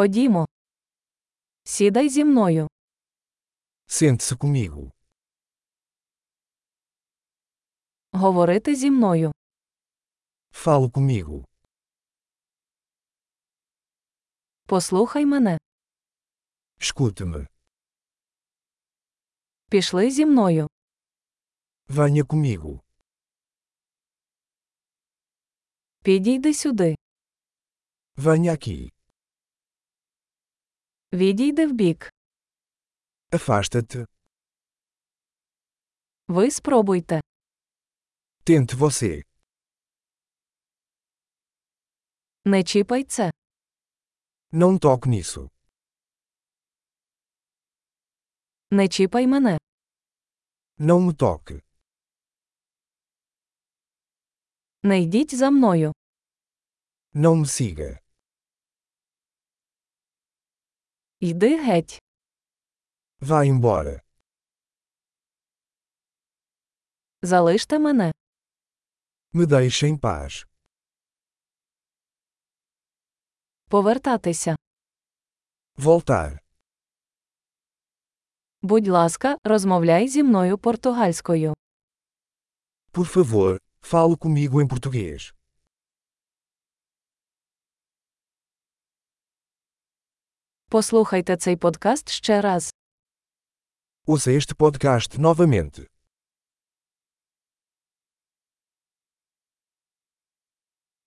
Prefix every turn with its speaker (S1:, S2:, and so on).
S1: Ходімо. Сідай зі мною.
S2: Sente-se comigo.
S1: Говорити зі мною.
S2: Fale comigo.
S1: Послухай мене.
S2: Escute-me.
S1: Пішли зі мною.
S2: Venha comigo.
S1: Підійди сюди.
S2: Venha aqui.
S1: Відійди вбік.
S2: Afasta-te.
S1: Ви спробуйте.
S2: Tente você.
S1: Не чіпай це.
S2: Não toque nisso.
S1: Не чіпай мене.
S2: Não me toque.
S1: Не йдіть за мною.
S2: Não me siga.
S1: Йди геть.
S2: Vá embora.
S1: Залиште мене.
S2: Me deixe em paz.
S1: Повертатися.
S2: Voltar.
S1: Будь ласка, розмовляй зі мною португальською.
S2: Por favor, fale comigo em português.
S1: Послухайте цей подкаст ще раз.
S2: Ouça este podcast novamente.